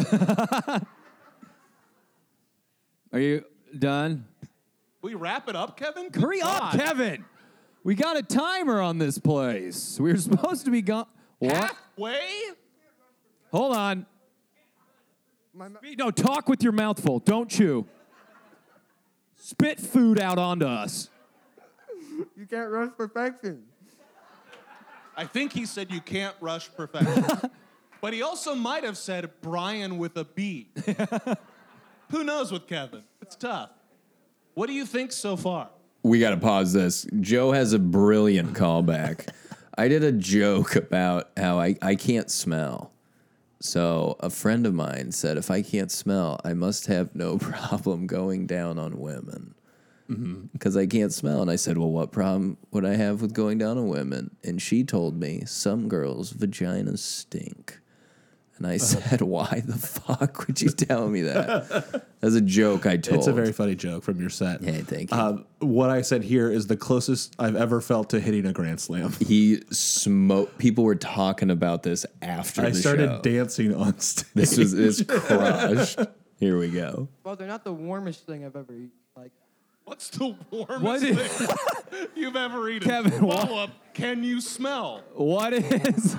Speaker 7: Are you done?
Speaker 4: we wrap it up, Kevin? Good
Speaker 7: Hurry up,
Speaker 4: God.
Speaker 7: Kevin. We got a timer on this place. We were supposed to be gone. What?
Speaker 4: Halfway?
Speaker 7: Hold on. No, talk with your mouth full. Don't chew. Spit food out onto us.
Speaker 8: You can't rush perfection.
Speaker 4: I think he said you can't rush perfection. but he also might have said Brian with a B. Who knows with Kevin? It's tough. What do you think so far?
Speaker 1: we got to pause this. Joe has a brilliant callback. I did a joke about how I, I can't smell. So a friend of mine said, if I can't smell, I must have no problem going down on women.
Speaker 2: Mm-hmm.
Speaker 1: Because I can't smell. And I said, Well, what problem would I have with going down on women? And she told me, Some girls' vaginas stink. And I said, Why the fuck would you tell me that? As a joke, I told.
Speaker 2: It's a very funny joke from your set.
Speaker 1: Hey, thank you.
Speaker 2: Um, what I said here is the closest I've ever felt to hitting a grand slam.
Speaker 1: he smoked. People were talking about this after
Speaker 2: I
Speaker 1: the
Speaker 2: started
Speaker 1: show.
Speaker 2: dancing on stage.
Speaker 1: this was this crushed. Here we go.
Speaker 8: Well, they're not the warmest thing I've ever eaten. Like,
Speaker 4: What's the warmest
Speaker 7: What is,
Speaker 4: thing you've ever eaten?
Speaker 7: Kevin, what-
Speaker 4: Follow up. Can you smell?
Speaker 7: what is.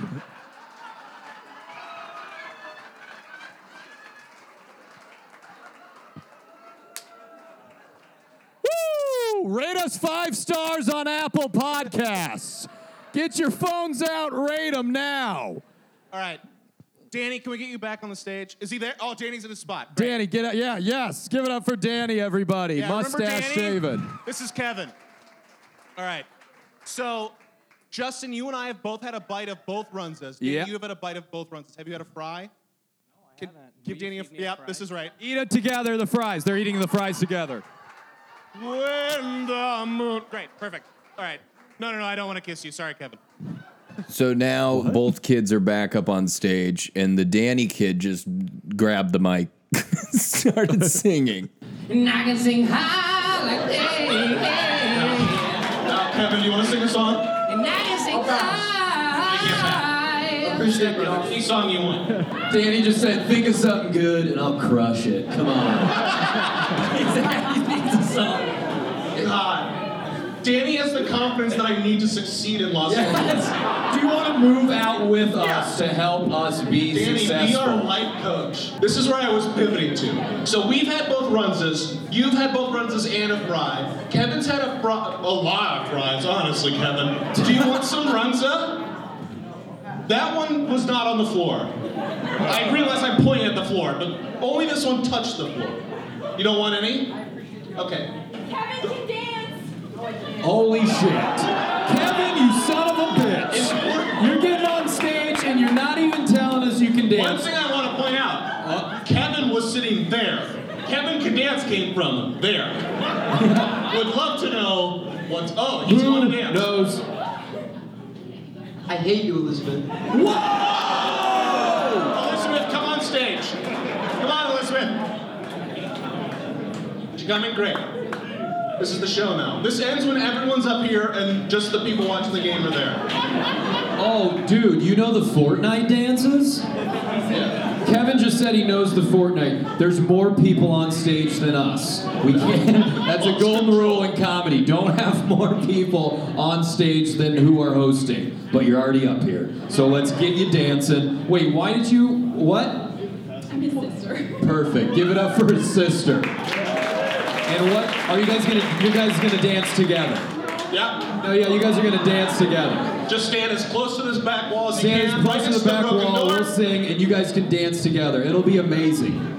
Speaker 7: Woo! Rate us five stars on Apple Podcasts. Get your phones out, rate them now.
Speaker 4: All right. Danny, can we get you back on the stage? Is he there? Oh, Danny's in his spot. Great.
Speaker 7: Danny, get out. Yeah, yes. Give it up for Danny, everybody.
Speaker 4: Yeah, remember
Speaker 7: Mustache
Speaker 4: Danny?
Speaker 7: shaven.
Speaker 4: This is Kevin. All right. So, Justin, you and I have both had a bite of both runzas. Danny,
Speaker 7: Yeah.
Speaker 4: You have had a bite of both runzas. Have you had a fry? No, I haven't. Give Danny a. Yeah, this is right.
Speaker 7: Eat it together, the fries. They're eating the fries together.
Speaker 4: When the moon. Great. Perfect. All right. No, no, no. I don't want to kiss you. Sorry, Kevin.
Speaker 1: So now both kids are back up on stage, and the Danny kid just grabbed the mic, started singing.
Speaker 9: And I can sing high like that.
Speaker 4: Kevin, you want to sing a song?
Speaker 9: And I can sing high.
Speaker 4: Appreciate it, Any song you want.
Speaker 3: Danny just said, think of something good and I'll crush it. Come on.
Speaker 9: He needs a song.
Speaker 4: God.
Speaker 7: Danny has the confidence that I need to succeed in Los Angeles.
Speaker 3: Yes. Do you want to move out with us to help us be
Speaker 7: Danny, we
Speaker 3: successful?
Speaker 7: are life coach. This is where I was pivoting to. So we've had both Runzas. You've had both Runzas and a fry. Kevin's had a fry, a lot of fries, honestly, Kevin. Do you want some Runza? That one was not on the floor. I realize I'm pointing at the floor, but only this one touched the floor. You don't want any? Okay.
Speaker 9: Kevin can dance. Oh, I can't.
Speaker 3: Holy shit. Kevin, you son of a
Speaker 7: It's
Speaker 3: bitch.
Speaker 7: working.
Speaker 3: You're getting on stage and you're not even telling us you can
Speaker 7: One
Speaker 3: dance.
Speaker 7: thing I want to point out uh, Kevin was sitting there. Kevin Kadance came from there. Would love to know what's. Oh, he's going to dance.
Speaker 3: knows?
Speaker 10: I hate you, Elizabeth.
Speaker 7: Elizabeth, come on stage. Come on, Elizabeth. She's coming great. This is the show now. This ends when everyone's up here and just the people watching the game are there.
Speaker 3: Oh, dude, you know the Fortnite dances? Kevin just said he knows the Fortnite. There's more people on stage than us. We can't. That's a golden rule in comedy. Don't have more people on stage than who are hosting. But you're already up here, so let's get you dancing. Wait, why did you? What?
Speaker 9: I'm his sister.
Speaker 3: Perfect. Give it up for his sister. And what are you guys gonna? You guys gonna dance together?
Speaker 7: Yeah.
Speaker 3: No, yeah, you guys are gonna dance together.
Speaker 7: Just stand as close to this back wall as you
Speaker 3: Stand
Speaker 7: can.
Speaker 3: close
Speaker 7: right
Speaker 3: to
Speaker 7: next
Speaker 3: the back
Speaker 7: broken
Speaker 3: wall,
Speaker 7: door.
Speaker 3: we'll sing, and you guys can dance together. It'll be amazing.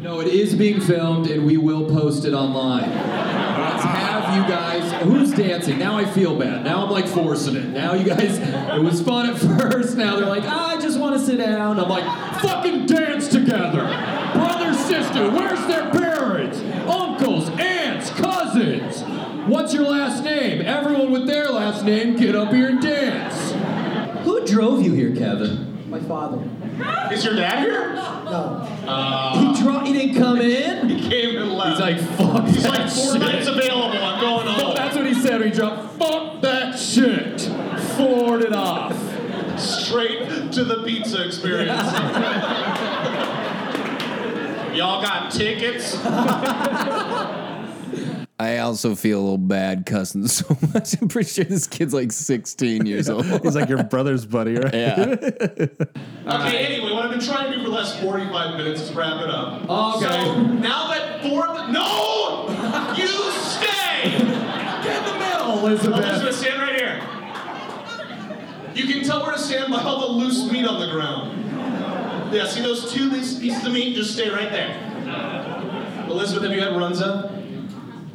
Speaker 3: No, it is being filmed, and we will post it online. Let's have you guys. Who's dancing? Now I feel bad. Now I'm like forcing it. Now you guys, it was fun at first. Now they're like, "Ah, I just want to sit down. I'm like, fucking dance together. Brother, sister, where's their parents? Uncles, aunts, cousins. What's your last name? Everyone with their last name, get up here and dance. Who drove you here, Kevin?
Speaker 10: My father.
Speaker 7: Is your dad here?
Speaker 10: No.
Speaker 3: he dro- he didn't come in.
Speaker 7: He came and left.
Speaker 3: Uh, He's like, fuck
Speaker 7: He's
Speaker 3: that
Speaker 7: like four
Speaker 3: shit.
Speaker 7: nights available. I'm going
Speaker 3: Well,
Speaker 7: home.
Speaker 3: Oh, that's what he said when he dropped, fuck that shit. Forward it off.
Speaker 7: Straight to the pizza experience. Y'all got tickets?
Speaker 1: I also feel a little bad cussing so much. I'm pretty sure this kid's like 16 years old.
Speaker 2: He's like your brother's buddy, right?
Speaker 1: yeah.
Speaker 7: Okay, anyway, what I've been trying to do for the last 45 minutes is wrap it up.
Speaker 3: Okay.
Speaker 7: So now that four of the. No! You stay!
Speaker 3: Get in the middle, Elizabeth.
Speaker 7: Elizabeth, stand right here. You can tell where to stand by all the loose meat on the ground. Yeah, see those two loose pieces of meat? Just stay right there. Elizabeth, have you had Runza?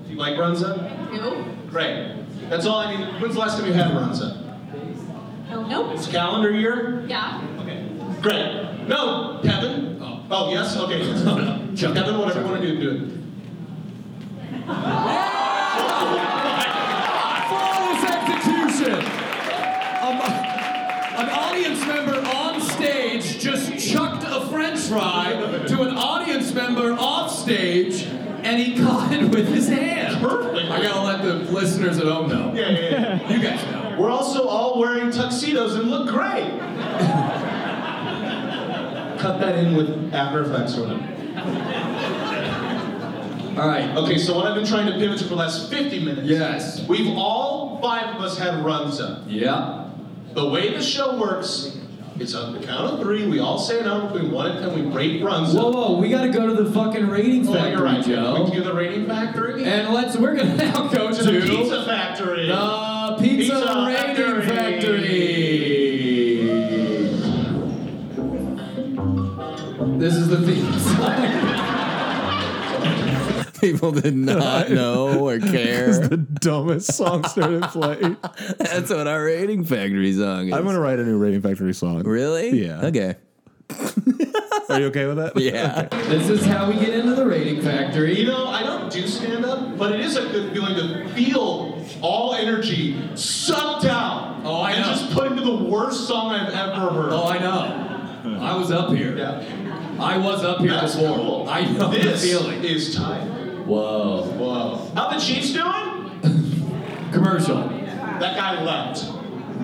Speaker 7: Do you like Runza?
Speaker 9: No.
Speaker 7: Great. That's all I need. When's the last time you had Runza?
Speaker 9: Hell no.
Speaker 7: It's calendar year?
Speaker 9: Yeah.
Speaker 7: Okay. Great. No, Kevin. Oh, yes. Okay. Yes. No, no. Kevin, whatever you want to do, do it.
Speaker 3: Flawless execution. Um, an audience member on stage just chucked a french fry to an audience member off stage and he caught it with his hand.
Speaker 7: Perfect.
Speaker 3: I gotta let the listeners at home know.
Speaker 7: Yeah, yeah,
Speaker 3: You guys know.
Speaker 7: yeah. We're also all wearing tuxedos and look great. Cut that in with After Effects or whatever.
Speaker 3: All right.
Speaker 7: Okay, so what I've been trying to pivot to for the last 50 minutes.
Speaker 3: Yes.
Speaker 7: We've all five of us had Runza.
Speaker 3: Yeah.
Speaker 7: The way the show works is on the count of three, we all say a number between one and ten, we rate Runza.
Speaker 3: Whoa, whoa, we gotta go to the fucking rating
Speaker 7: Oh,
Speaker 3: factory,
Speaker 7: you're right. We
Speaker 3: Joe.
Speaker 7: can do the rating factory.
Speaker 3: And let's we're gonna now go to
Speaker 7: to the pizza factory.
Speaker 3: the pizza,
Speaker 7: Pizza
Speaker 3: rating
Speaker 7: Factory.
Speaker 3: factory. This is the theme song.
Speaker 1: People did not know or care.
Speaker 2: The dumbest song started playing.
Speaker 1: That's what our rating factory song is.
Speaker 2: I'm gonna write a new Rating Factory song.
Speaker 1: really?
Speaker 2: Yeah.
Speaker 1: Okay.
Speaker 2: Are you okay with that?
Speaker 1: Yeah.
Speaker 3: this is how we get into the rating
Speaker 7: You
Speaker 3: factory.
Speaker 7: know, I don't do stand up, but it is a good feeling to feel all energy sucked out
Speaker 3: Oh, I
Speaker 7: and
Speaker 3: know.
Speaker 7: just put into the worst song I've ever heard.
Speaker 3: Oh, I know. I was up here.
Speaker 7: yeah.
Speaker 3: I was up here
Speaker 7: That's
Speaker 3: before.
Speaker 7: cool.
Speaker 3: I know
Speaker 7: this
Speaker 3: the feeling.
Speaker 7: is tight.
Speaker 3: Whoa.
Speaker 7: Whoa. How the Chiefs doing?
Speaker 3: Commercial.
Speaker 7: That guy left.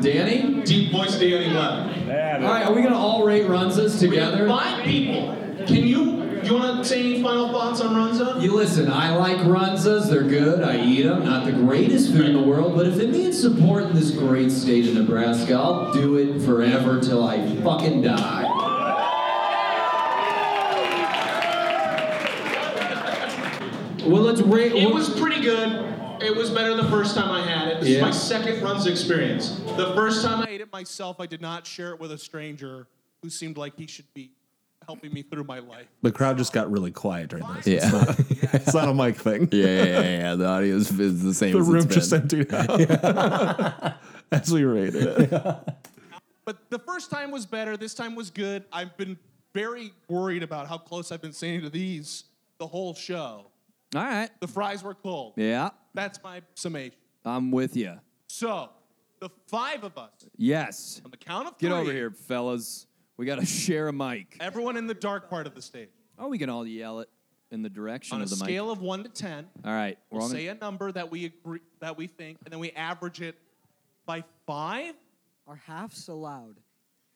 Speaker 3: Danny?
Speaker 7: Deep voice Danny left.
Speaker 3: All right, are we gonna all rate Runzas
Speaker 7: We have
Speaker 3: together?
Speaker 7: five people. Can you You want to say any final thoughts on Runza?
Speaker 3: You listen, I like runzas. They're good. I eat them. Not the greatest food in the world, but if it means supporting this great state of Nebraska, I'll do it forever till I fucking die. Well, let's rate.
Speaker 7: It was pretty good. It was better the first time I had it. This is
Speaker 3: Yeah.
Speaker 7: my second Runza experience. The first time I ate it myself, I did not share it with a stranger who seemed like he should be helping me through my life.
Speaker 11: The crowd just got really quiet during this.
Speaker 12: Yeah.
Speaker 11: It's not, it's not a mic thing.
Speaker 12: Yeah, yeah, yeah, yeah. The audio is, is the same
Speaker 11: The
Speaker 12: as it's
Speaker 11: room
Speaker 12: been.
Speaker 11: just emptied out as we rated it.
Speaker 7: But the first time was better. This time was good. I've been very worried about how close I've been staying to these the whole show.
Speaker 1: All right.
Speaker 7: The fries were cold.
Speaker 1: Yeah,
Speaker 7: That's my summation.
Speaker 1: I'm with you.
Speaker 7: So, the five of us,
Speaker 1: Yes.
Speaker 7: on the count of three,
Speaker 1: Get over here, fellas. We got to share a mic.
Speaker 7: everyone in the dark part of the stage,
Speaker 1: Oh, we can all yell it in the direction
Speaker 7: on a
Speaker 1: of the
Speaker 7: scale
Speaker 1: mic.
Speaker 7: of one to ten,
Speaker 1: all right. We're
Speaker 7: we'll
Speaker 1: all gonna-
Speaker 7: say a number that we agree that we think, and then we average it by five
Speaker 13: Are halves allowed?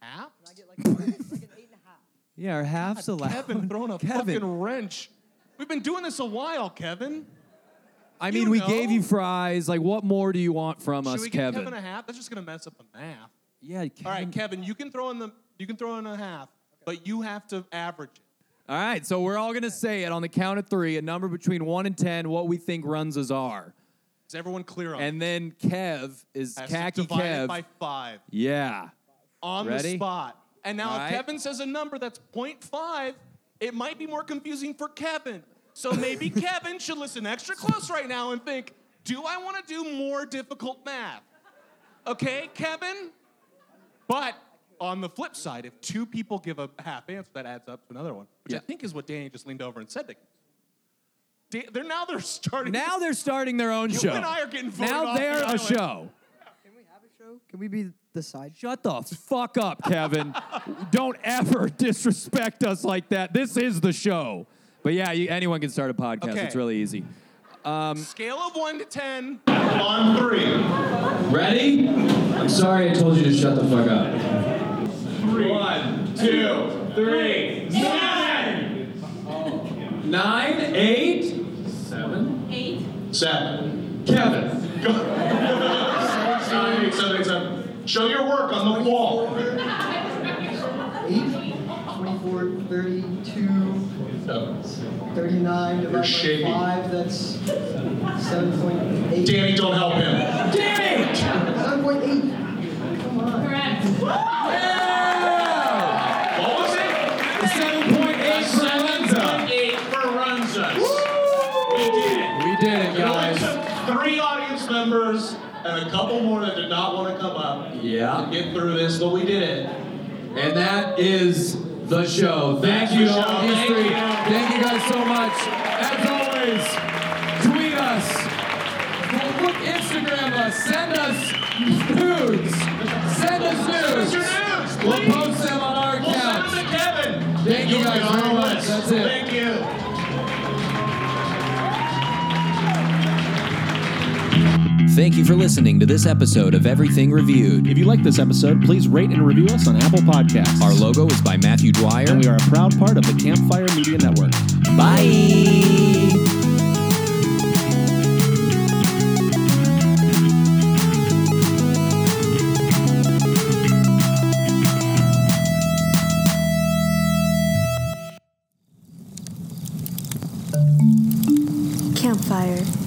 Speaker 7: half.
Speaker 13: I get like, like an eight and a half.
Speaker 1: yeah, our halves allowed.
Speaker 7: Kevin throwing a
Speaker 1: Kevin.
Speaker 7: fucking wrench. We've been doing this a while, Kevin.
Speaker 1: I
Speaker 7: you
Speaker 1: mean, we
Speaker 7: know.
Speaker 1: gave you fries. Like, what more do you want from
Speaker 7: Should
Speaker 1: us,
Speaker 7: we give
Speaker 1: Kevin?
Speaker 7: a half? That's just gonna mess up the math.
Speaker 1: yeah, Kevin.
Speaker 7: All right, Kevin, you can throw in the you can throw in a half, but you have to average it.
Speaker 1: All right, so we're all gonna say it on the count of three, a number between one and ten, what we think Runzas are,
Speaker 7: Is everyone clear on?
Speaker 1: and then Kev is
Speaker 7: that? Has to
Speaker 1: khaki
Speaker 7: divide it
Speaker 1: Kev.
Speaker 7: by five
Speaker 1: yeah,
Speaker 7: on the
Speaker 1: Ready?
Speaker 7: spot. And now
Speaker 1: All
Speaker 7: if
Speaker 1: right.
Speaker 7: Kevin says a number that's 0.5, it might be more confusing for Kevin. So maybe Kevin should listen extra close right now and think, do I want to do more difficult math? Okay, Kevin? But on the flip side, if two people give a half answer, that adds up to another one, which I
Speaker 1: Yeah.
Speaker 7: think is what Danny just leaned over and said to Da- they're now they're starting
Speaker 1: now they're starting their own
Speaker 7: You
Speaker 1: show.
Speaker 7: and I are getting voted
Speaker 1: now
Speaker 7: off the
Speaker 1: they're a
Speaker 7: island.
Speaker 1: show.
Speaker 13: Can we have a show? Can we be the side show?
Speaker 1: Shut the fuck up, Kevin. Don't ever disrespect us like that. This is the show. But yeah, you, anyone can start a podcast.
Speaker 7: Okay.
Speaker 1: It's really easy.
Speaker 7: scale of one to ten on three.
Speaker 14: Ready? I'm sorry I told you to shut the fuck up.
Speaker 7: One, two, three.
Speaker 14: Nine, eight, seven.
Speaker 15: Eight.
Speaker 7: Seven.
Speaker 14: Kevin.
Speaker 7: Go. Seven, eight, seven, eight, seven. Show your work on the wall.
Speaker 10: 8, 24, 32,
Speaker 7: Seven.
Speaker 10: 39, divided by
Speaker 7: shaking.
Speaker 10: 5, that's 7.8.
Speaker 7: Danny, don't help him.
Speaker 10: 7.8. Come on.
Speaker 15: Correct.
Speaker 7: What was it?
Speaker 1: 7.8
Speaker 7: Eight for Runzas. We did it.
Speaker 1: We did it,
Speaker 7: It only
Speaker 1: guys.
Speaker 7: took three audience members and a couple more that did not want to come up to
Speaker 3: Yeah,
Speaker 7: get through this, but we did it.
Speaker 3: and that is the show. Thank
Speaker 7: That's
Speaker 3: you
Speaker 7: the
Speaker 3: to
Speaker 7: show.
Speaker 3: all these
Speaker 7: Thank
Speaker 3: three.
Speaker 7: you.
Speaker 3: Thank you guys so much. As always, tweet us, look, Instagram us, send us nudes, send us
Speaker 7: Your
Speaker 3: nudes.
Speaker 7: news,
Speaker 3: We'll
Speaker 7: please.
Speaker 3: post them on our
Speaker 7: We'll send them
Speaker 3: accounts.
Speaker 7: to Kevin.
Speaker 3: Thank you
Speaker 7: You'll
Speaker 3: guys
Speaker 7: be on
Speaker 3: very
Speaker 7: our
Speaker 3: much.
Speaker 7: list.
Speaker 3: That's it.
Speaker 7: Thank you.
Speaker 12: Thank you for listening to this episode of Everything Reviewed.
Speaker 2: If you like this episode, please rate and review us on Apple Podcasts.
Speaker 12: Our logo is by Matthew Dwyer.
Speaker 2: and we are a proud part of the Campfire Media Network.
Speaker 12: Bye.
Speaker 9: Campfire.